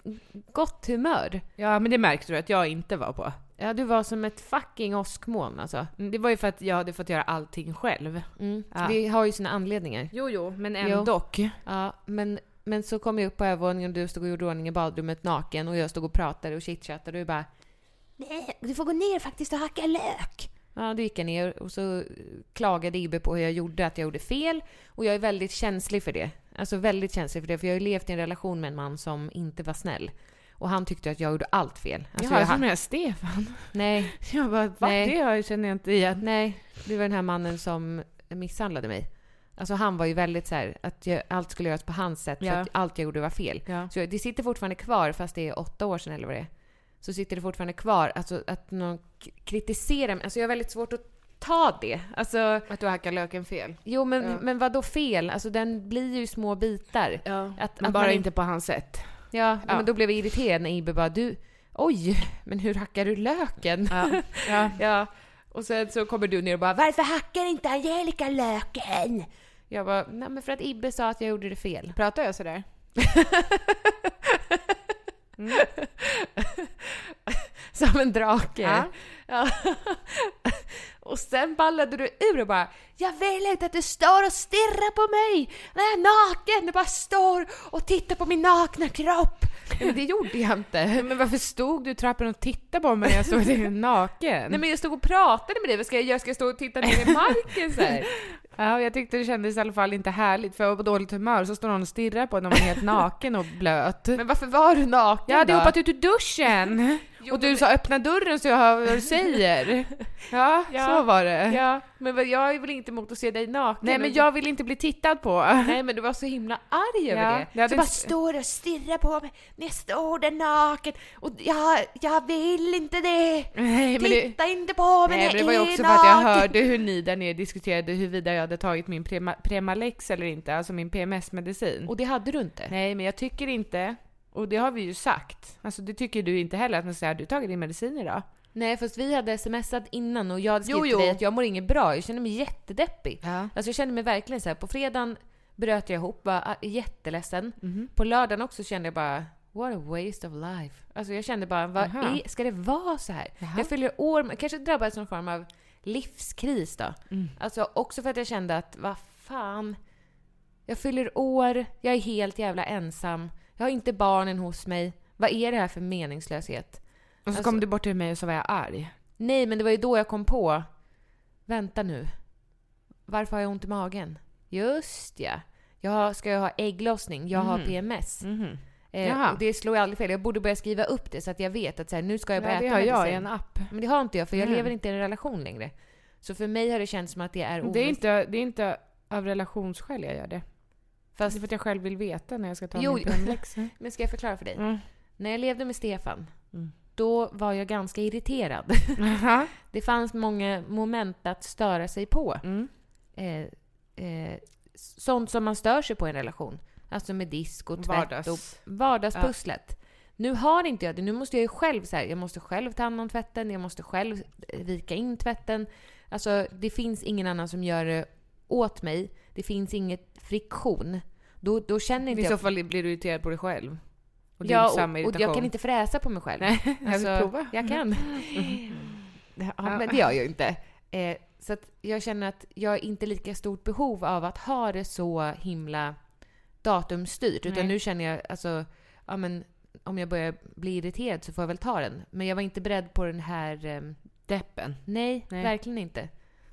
jättegott humör. Ja, men det märkte du att jag inte var på. Ja, du var som ett fucking åskmoln alltså. Mm, Det var ju för att jag hade fått göra allting själv. Ja. Det Mm. har ju sina anledningar. Jo, jo, men Jo. ändå. Alltså, Ja, men, men så kom jag upp på övervåningen och du stod och gjorde ordning i badrummet naken och jag stod och pratade och chitchattade och du bara "Nej, du får gå ner faktiskt och hacka lök. Ja, då gick jag ner och så klagade Ibbe på hur jag gjorde, att jag gjorde fel. Och jag är väldigt känslig för det. Alltså väldigt känslig för det, för jag har ju levt i en relation med en man som inte var snäll. Och han tyckte att jag gjorde allt fel. Alltså, Jaha, jag, jag trodde jag Stefan. [LAUGHS] nej, Jag bara, va? Nej. Det har jag- känner jag inte igen. Nej, det var den här mannen som misshandlade mig. Alltså han var ju väldigt så här att jag, allt skulle göras på hans sätt Ja. för att allt jag gjorde var fel. Ja. Så det sitter fortfarande kvar, fast det är åtta år sedan eller vad det är. Så sitter det fortfarande kvar, alltså att någon k- kritiserar mig. Alltså jag har väldigt svårt att ta det. Alltså, Att du hackar löken fel. jo men, Ja. men vad då fel? Alltså den blir ju små bitar. Ja. Att- Att, men att bara man- inte på hans sätt. Ja, Ja. men då blev jag irriterad när Ibe bara du, oj, men hur hackar du löken? Ja. ja. [LAUGHS] Ja, och sen så kommer du ner och bara “Varför hackar inte Angelica löken?” Jag bara “Nej men för att Ibbe sa att jag gjorde det fel”. Pratar jag [LAUGHS] sådär? Mm. [LAUGHS] Som en drake. Ja. Ja. och sen ballade du ur och bara “Jag vill inte att du står och stirrar på mig när jag är naken! Du bara står och tittar på min nakna kropp!” Men det gjorde jag inte. Men varför stod du i trappen och tittade på mig när jag stod där naken? Nej men jag stod och pratade med dig, vad ska jag göra? Ska jag stå och titta ner i marken så här? Ja, jag tyckte det kändes i alla fall inte härligt för jag var på dåligt humör så står någon och stirrar på en när man är helt naken och blöt. Men varför var du naken jag hade då? hoppat ut ur [LAUGHS] duschen och du sa öppna dörren så jag hör vad du säger. Ja, Ja. så var det. Ja, men vad- jag är väl inte emot att se dig naken. Nej men jag vill inte bli tittad på. Nej men du var så himla [LAUGHS] arg över Ja, det. jag hade så bara inte- står och stirrar på mig när jag står där naken och jag, jag vill inte det. Nej, men det- Titta inte på mig Nej, när men det var ju är också för att jag naken. hörde hur ni där nere diskuterade huruvida jag hade tagit min prema- Premalex eller inte, alltså min PMS-medicin. Och det hade du inte. Nej, men jag tycker inte, och det har vi ju sagt, alltså det tycker du inte heller, att man säger har du tagit din medicin idag? Nej fast vi hade smsat innan och jag hade Jo, skrivit jo. till dig att jag mår inget bra, jag känner mig jättedeppig. Ja. Alltså jag kände mig verkligen Mhm. äh, så här. på fredagen bröt jag ihop, var ah, jätteledsen. På lördagen också kände jag bara What a waste of life. Alltså jag kände bara, vad Aha. är, ska det vara så här? Jaha. Jag fyller år, men kanske drabbades någon form av livskris då. Mm. Alltså också för att jag kände att, vad fan. Jag fyller år, jag är helt jävla ensam. Jag har inte barnen hos mig. Vad är det här för meningslöshet? Och så Alltså- kom du bort till mig och så var jag arg. Nej, men det var ju då jag kom på. Vänta nu. Varför har jag ont i magen? Just ja. Jag har, ska jag ha ägglossning? Jag Mm. har PMS. Mhm. Eh, Jaha. och det slog jag aldrig fel. Jag borde börja skriva upp det så att jag vet att så här, nu ska jag börja Ja, det äta har jag i medicin. en app. Men det har inte jag för jag Mm. lever inte i en relation längre. Så för mig har det känts som att det är Det är, ovisst. inte, det är inte av relationsskäl jag gör det. Fast- det är för att jag själv vill veta när jag ska ta Jo, min jo. [LAUGHS] pennläxa. Men ska jag förklara för dig? Mm. När jag levde med Stefan, Mm. då var jag ganska irriterad. [LAUGHS] [LAUGHS] Jaha. det fanns många moment att störa sig på. Mm. eh, eh, sånt som man stör sig på i en relation. Alltså med disk och tvätt Vardags. och vardagspusslet. Nu har inte jag det. Nu måste jag ju själv så här, jag måste själv ta hand om tvätten, jag måste själv eh, vika in tvätten. Alltså det finns ingen annan som gör det åt mig. Det finns inget friktion. Då, då känner inte I så jag... fall blir du irriterad på dig själv. Och ja, din samma och, och jag irritation. kan inte fräsa på mig själv. Alltså, Nej, jag vill prova. [LAUGHS] Mm. Jag kan. [LAUGHS] Ja, men det gör jag ju inte. Eh, så att jag känner att jag har inte lika stort behov av att ha det så himla datumstyrt. Utan Nej. nu känner jag alltså, ja men om jag börjar bli irriterad så får jag väl ta den. Men jag var inte beredd på den här... ehm, Deppen. nej, Nej. verkligen inte.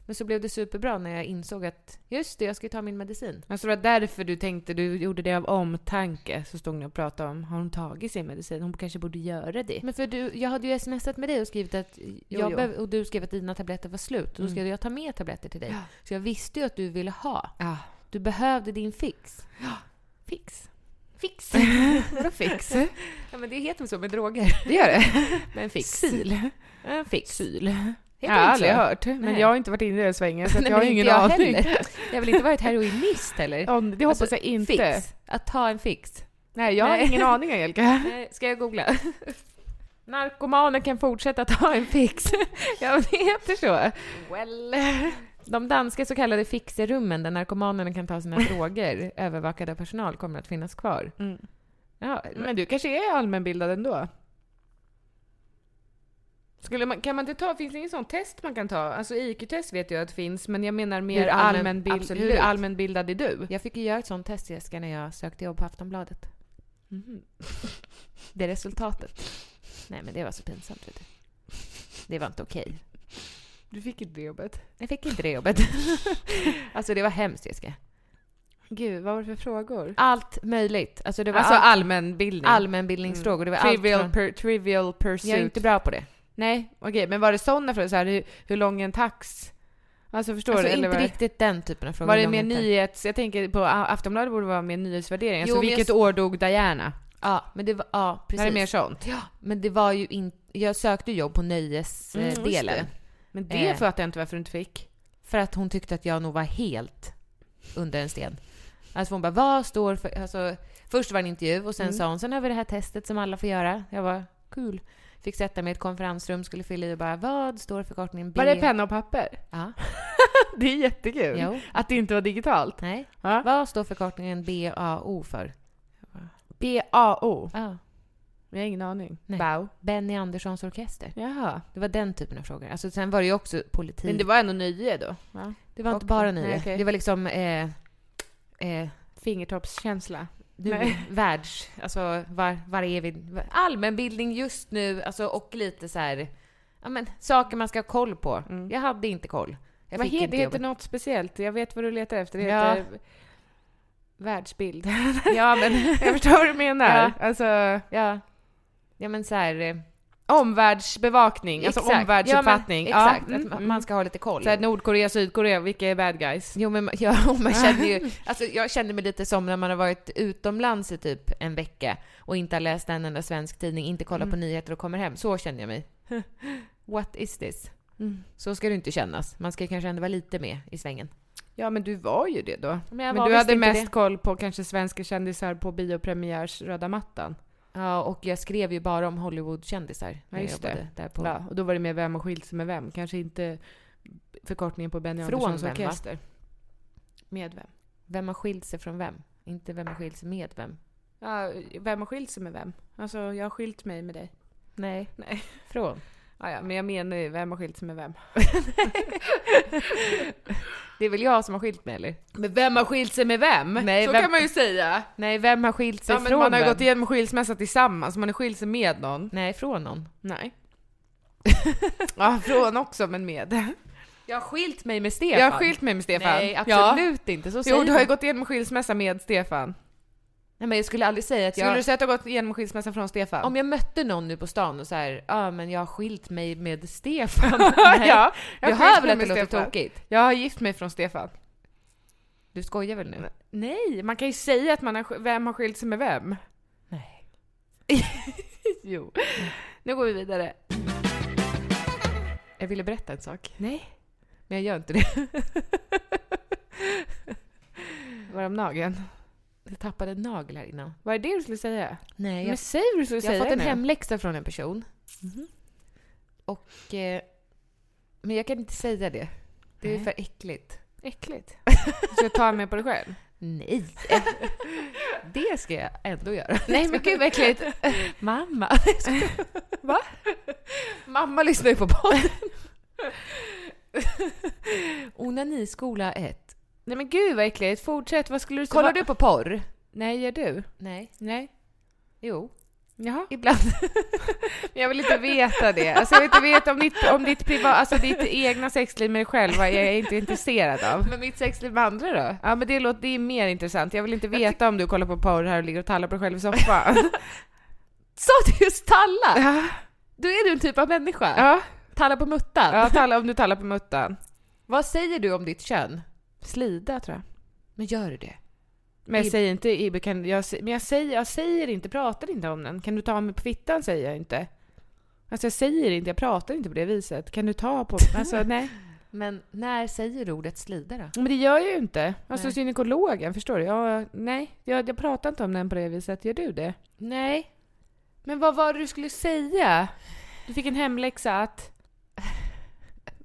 Men så blev det superbra när jag insåg att just det, jag ska ju ta min medicin. Alltså det var därför du tänkte, du gjorde det av omtanke. Så stod ni och pratade om, har hon tagit sin medicin? Hon kanske borde göra det. Men för du, jag hade ju smsat med dig och skrivit att jag jo. Mm. behöv- och du skrev att dina tabletter var slut. Och då skrev jag ta med tabletter till dig. Så jag visste ju att du ville ha. Ja. Du behövde din fix. Fix. [LAUGHS] Fix? Vadå fix? ja, men det heter väl så med droger? Det gör det. Men fix. Syl. En fix. Syl. Jag Heter har det inte aldrig så? hört. Men Nej. jag har inte varit inne i den [LAUGHS] svängen så att Nej, jag har men ingen inte jag aning. [LAUGHS] heller. [LAUGHS] Jag vill inte vara ett heroinist heller. Ja, det hoppas Alltså, jag inte. Fix. Att ta en fix. Nej, jag Nej. har [LAUGHS] ingen aning Angelica. Nej, Ska [LAUGHS] jag googla? Narkomaner kan fortsätta ta [LAUGHS] en fix. ja, men det heter så. Well. De danska så kallade fixerummen där narkomanerna kan ta [LAUGHS] sina droger övervakade av personal kommer att finnas kvar. Mm. Ja, Men du kanske är allmänbildad ändå? Skulle man, kan man inte ta, finns det ingen sån test man kan ta? Alltså IQ-test vet jag att det finns, men jag menar mer Hur allmän- allmänbild, absolut. hur allmänbildad är du? Jag fick ju göra ett sånt test Jessica när jag sökte jobb på Aftonbladet. Mhm. [LAUGHS] Det är resultatet. Nej men det var så pinsamt vet du. Det var inte okej. Du fick inte det jobbet. Jag fick inte det jobbet. [LAUGHS] alltså det var hemskt Jessica. [LAUGHS] Gud, vad var det för frågor? Allt möjligt. Alltså det var alltså allt, allmänbildning? allmänbildningsfrågor. Det var trivial, allt från, per, trivial pursuit? Jag är inte bra på det. Nej, okej, men var det sådana frågor? Så här, hur, hur lång är en tax? Alltså förstår Alltså du? inte var det- riktigt den typen av frågor. Var det mer långa inte. nyhets... Jag tänker på Aftonbladet borde vara mer nyhetsvärdering. Jo, Alltså men jag vilket s- år dog Diana? Ja, men det var, ja Var precis. det mer sånt? Ja, Men det var ju inte, jag sökte jobb på nöjesdelen. Mm, just det. Men det Eh. fattar jag inte varför du inte fick. För att hon tyckte att jag nog var helt under en sten. Alltså hon bara, vad står för... Alltså, först var det en intervju och sen Mm. sa hon, sen har vi det här testet som alla får göra. Jag var kul. Fick sätta mig i ett konferensrum, skulle fylla i och bara, vad står förkortningen B? Var det penna och papper? Ja. [LAUGHS] Det är jättekul. Jo. Att det inte var digitalt. Nej. Ja. Vad står förkortningen BAO för? BAO. Ja. Jag har ingen aning. Nej. BAO. Benny Anderssons orkester. Jaha. Det var den typen av frågor. Alltså, sen var det ju också politik. Men det var ändå nio då? Ja. Det var inte och- bara nio. nej, okej. Det var liksom... Eh, eh, Fingertoppskänsla. nu Nej. världs... Alltså var, var är vi? Allmänbildning just nu alltså, och lite så här... Ja, men, saker man ska ha koll på. Jag hade inte koll. Jag Mm. Vad fick heter, inte det heter jobbet. något speciellt. Jag vet vad du letar efter. Det Ja. heter [LAUGHS] världsbild. Ja, men... [LAUGHS] jag förstår vad du menar. Alltså ja. ja, men så här... eh, omvärldsbevakning. Alltså exakt. omvärldsuppfattning. Ja, men, exakt. Ja. mm, Att ma- man ska ha lite koll. Så här, Nordkorea, Sydkorea, vilka är bad guys? Jo men [LAUGHS] ja, och man [LAUGHS] känner ju, alltså jag känner mig lite som när man har varit utomlands i typ en vecka och inte har läst en enda svensk tidning, inte kollat Mm. på nyheter och kommer hem. Så känner [LAUGHS] jag mig. What is this? Mm. Så ska det inte kännas. Man ska kanske ändå vara lite med i svängen. Ja men du var ju det då. Men, Men du hade mest koll på kanske svenska kändisar på biopremiärs röda mattan. Ja, och jag skrev ju bara om Hollywoodkändisar när jag just det. jobbade där på... Ja, och då var det mer vem har skilt sig med vem. Kanske inte förkortningen på Benny Från Anderssons vem, va? orkester. Med vem? Vem har skilt sig från vem? Inte vem har skilt sig med vem. Ja, vem har skilt sig med vem? Alltså jag har skilt mig med dig. Nej. Nej. Från? Ja, ja, men jag menar ju, vem har skilt sig med [LAUGHS] vem? Det är väl jag som har skilt mig eller? Men vem har skilt sig med vem? Nej, så vem- kan man ju säga. Nej, vem har skilt sig Ja, men från man har ju vem? gått igenom skilsmässa tillsammans, man har skilt sig med någon. Nej, från någon. Nej. [LAUGHS] ja, från också, men med. Jag har skilt mig med Stefan. Jag har skilt mig med Stefan. Nej, Ja. absolut inte. Så säger Jo, du har ju man. gått igenom skilsmässa med Stefan. Nej, men jag skulle aldrig säga att Skulle jag... du säga att du har gått igenom skilsmässa från Stefan? Om jag mötte någon nu på stan och så här, ja ah, men jag har skilt mig med Stefan. Nej, [LAUGHS] ja, jag du har skilt hör väl mig att det med låter Stefan. tokigt? Jag har gift mig från Stefan. Du skojar väl nu? Nej, man kan ju säga att man har, vem har skilt sig med vem. Nej. [LAUGHS] Jo. Nu går vi vidare. Jag ville berätta en sak, Nej. men jag gör [LAUGHS] inte det. Var om nageln? Jag tappade naglar innan. Vad är det du skulle säga? Nej, jag, Men säg vad du skulle jag har säga fått en nu. Mhm. hemläxa från en person. Och... Eh, men jag kan inte säga det. Det är Nej. för äckligt. Äckligt. Ska jag ta med på dig själv? Nej! [LAUGHS] det ska jag ändå göra. Nej men gud vad äckligt. [LAUGHS] Mamma! [LAUGHS] Va? Mamma lyssnar ju på podden. [LAUGHS] Onaniskola 1. Nej men gud vad äckligt. Fortsätt, vad skulle du säga? Kollar du på porr? Nej, gör du? Nej. Nej. Jo. Jaha. Ibland. Men jag vill inte veta det. Alltså jag vill inte veta om ditt, om ditt privat, alltså ditt egna sexliv med dig själv vad jag är inte intresserad av. Men mitt sexliv med andra då? Ja men det låter, det är mer intressant. Jag vill inte veta om du kollar på porr här och ligger och tallar på dig själv i soffan. [LAUGHS] Sa du just talla? ja. Då är du en typ av människa. Ja, Talla på muttan. ja talla, om du tallar på muttan. Vad säger du om ditt kön? Slida tror jag. Men gör du det? Men Ib- jag säger inte Ibe, kan, jag, sä- men jag säger, jag säger inte, pratar inte om den. Kan du ta mig på fittan säger jag inte. Alltså jag säger inte, jag pratar inte på det viset. Kan du ta [LAUGHS] på, alltså nej. Men när säger du ordet slida då? Men det gör jag ju inte. Alltså Nej. gynekologen, förstår du? Jag, nej, jag, jag pratar inte om den på det viset. Gör du det? Nej. Men vad var det du skulle säga? Du fick en hemläxa att...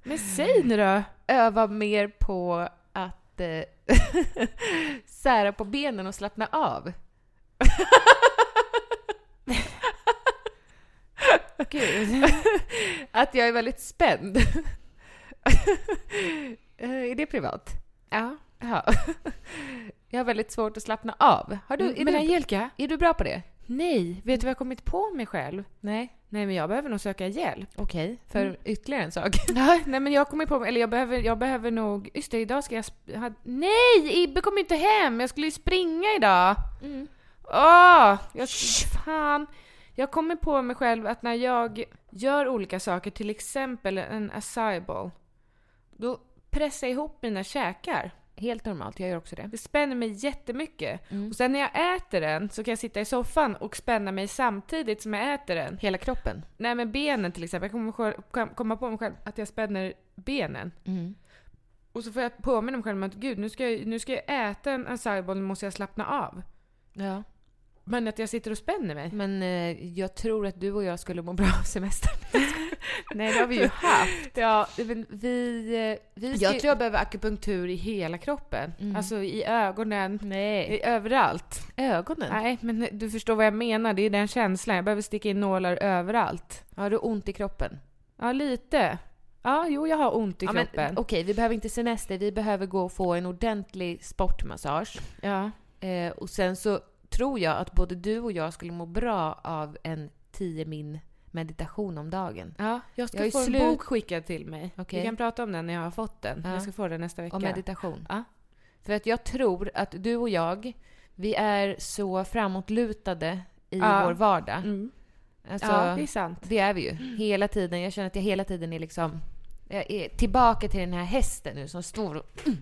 Men säg nu då! Öva mer på att eh, [LAUGHS] sära på benen och slappna [LAUGHS] av. Gud. [LAUGHS] Att jag är väldigt spänd. Eh, är det privat? Ja. Ja. [LAUGHS] Jag har väldigt svårt att slappna av. Har du, är, men du, Angelica? är du bra på det? Nej, vet du vad jag har kommit på mig själv? Nej. Nej, men jag behöver nog söka hjälp. Okej, för Mm. ytterligare en sak. [LAUGHS] Ja, nej, men jag har kommit på mig, eller jag behöver, jag behöver nog... Just det, idag ska jag... sp- Ha, nej! Ibbe kom inte hem! Jag skulle ju springa idag! Mm. Åh! jag, fan! Jag kommer på mig själv att när jag gör olika saker, till exempel en acai bowl, då pressar jag ihop mina käkar. Helt normalt, jag gör också det. Det spänner mig jättemycket. Mm. Och sen när jag äter den så kan jag sitta i soffan och spänna mig samtidigt som jag äter den. Hela kroppen? Nej men benen till exempel, jag kommer själv- kom- komma på mig själv att jag spänner benen. Mm. Och så får jag påminna mig själv om att gud nu ska jag, nu ska jag äta en acai bowl, nu måste jag slappna av. Ja. Men att jag sitter och spänner mig. Men eh, jag tror att du och jag skulle må bra av semestern. [LAUGHS] Nej det har vi ju haft. ja, men vi... eh, vi ska... Jag tror jag behöver akupunktur i hela kroppen. Mm. Alltså i ögonen, Nej. i överallt. Ögonen? Nej men du förstår vad jag menar, det är den känslan. Jag behöver sticka in nålar överallt. Har du ont i kroppen? Ja lite. Ja jo jag har ont i Ja, men, kroppen. Okej, vi behöver inte semester. Vi behöver gå och få en ordentlig sportmassage. ja. Eh, och sen så tror jag att både du och jag skulle må bra av en 10 min meditation om dagen. ja, jag ska Jag är få slut. en bok skickad till mig. Okej. Vi kan prata om den när jag har fått den. Ja. Jag ska få den nästa vecka. Om meditation. Ja. För att jag tror att du och jag, vi är så framåtlutade i Ja. vår vardag. Mm. Alltså, ja det är det... sant. är vi ju. Hela tiden. Jag känner att jag hela tiden är liksom... Jag är tillbaka till den här hästen nu som står och mm,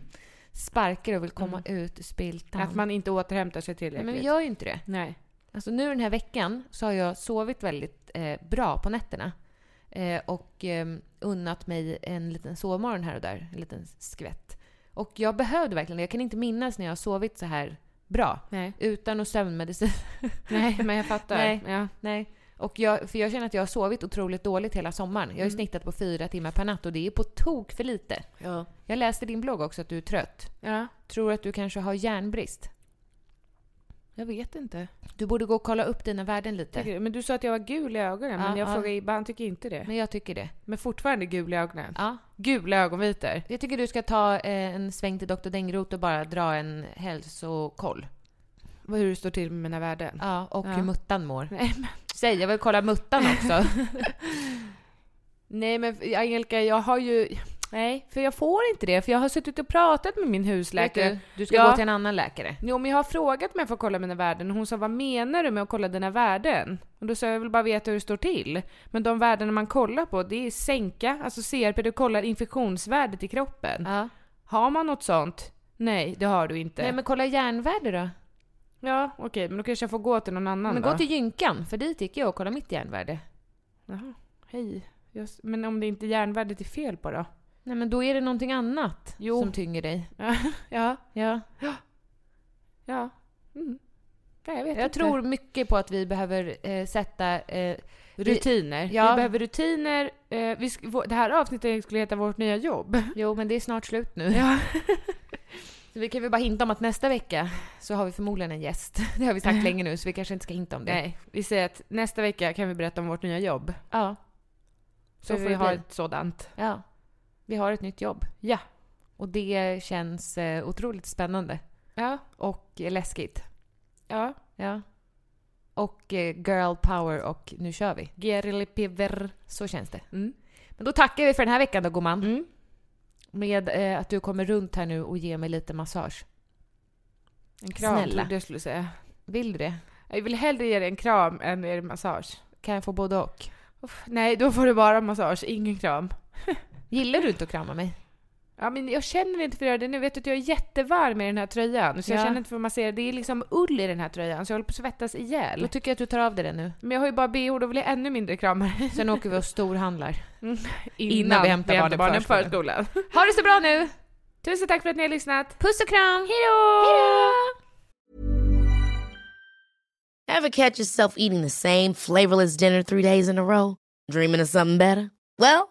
sparkar och vill komma ut ur spiltan. Att man inte återhämtar sig Nej, tillräckligt. men vi gör ju inte det. Nej. Alltså nu den här veckan så har jag sovit väldigt eh, bra på nätterna. Eh, och eh, unnat mig en liten sovmorgon här och där. En liten skvätt. Och jag behövde verkligen det. Jag kan inte minnas när jag har sovit så här bra. Nej. Utan någon sömnmedicin. [LAUGHS] Nej men jag fattar. Nej. Ja. Nej. Och jag, för jag känner att jag har sovit otroligt dåligt hela sommaren. Mm. Jag har ju snittat på fyra timmar per natt och det är på tok för lite. Ja. Jag läste i din blogg också att du är trött. ja. Tror att du kanske har järnbrist? Jag vet inte. Du borde gå och kolla upp dina värden lite. Tycker du- Men du sa att jag var gul i ögonen, men Ja, jag ja. frågade Ibba, han tycker inte det. Men jag tycker det. Men fortfarande gul i ögonen. Ja. Gula ögonvitor. Jag tycker du ska ta eh, en sväng till Dr. Dengroth och bara dra en hälsokoll. Vad- Hur det står till med mina värden. Ja, och Ja. hur muttan mår. Nej, men- Säg, jag vill kolla muttan också. [LAUGHS] Nej men Angelica, jag har ju... Nej, för jag får inte det. För jag har suttit och pratat med min husläkare. Läkare. Du, du ska Ja. gå till en annan läkare. Jo men jag har frågat om jag får kolla mina värden och hon sa vad menar du med att kolla dina värden? Och då sa jag jag vill bara veta hur det står till. Men de värden man kollar på det är sänka, alltså CRP, du kollar infektionsvärdet i kroppen. Ja. Har man något sånt? Nej, det har du inte. Nej men kolla järnvärde då. Ja, okej, men då kanske jag får gå till någon annan Men då. gå till gynkan, för dit gick jag och kollade mitt järnvärde. Jaha, hej. Jag s- Men om det inte järnvärdet är fel på då? Nej men då är det någonting annat Jo. som tynger dig. Ja, Ja. ja. Mm. Nej, jag vet Jag inte. tror mycket på att vi behöver eh, sätta... Eh, Rutiner. Ja. Vi behöver rutiner. Eh, vi sk- vår- det här avsnittet skulle heta Vårt nya jobb. jo men det är snart slut nu. Ja. [LAUGHS] Så vi kan väl bara hinta om att nästa vecka så har vi förmodligen en gäst. [LAUGHS] Det har vi sagt länge nu så vi kanske inte ska hinta om det. Nej, vi säger att nästa vecka kan vi berätta om vårt nya jobb. Ja. Så Så får får vi det ha bli. ett sådant. ja. Vi har ett nytt jobb. Ja. Och det känns eh, otroligt spännande. Ja. Och läskigt. Ja. Ja. Och eh, girl power och nu kör vi. Gerlipiver. Så känns det. Mm. Men då tackar vi för den här veckan då gumman. Mm. Med eh, att du kommer runt här nu och ger mig lite massage. En kram Snälla. trodde jag skulle säga. Vill du det? Jag vill hellre ge dig en kram än er massage. Kan jag få både och? Uff, nej, då får du bara massage, ingen kram. [LAUGHS] Gillar du inte att krama mig? Ja, men jag känner inte för att göra det nu. Vet du att jag är jättevarm i den här tröjan? Så Ja. jag känner inte för att massera. Det är liksom ull i den här tröjan så jag håller på att svettas Då ihjäl. tycker jag att du tar av dig den nu. Men jag har ju bara bh, då vill jag ännu mindre kramar. [LAUGHS] Mm. Sen åker vi och storhandlar. Innan, vi hämtar barnen på på förskolan. Ha det så bra nu! Tusen tack för att ni har lyssnat. Puss och kram! Hejdå! Ever catch yourself eating the same flavorless dinner three days in a row? Dreaming of something better? Well,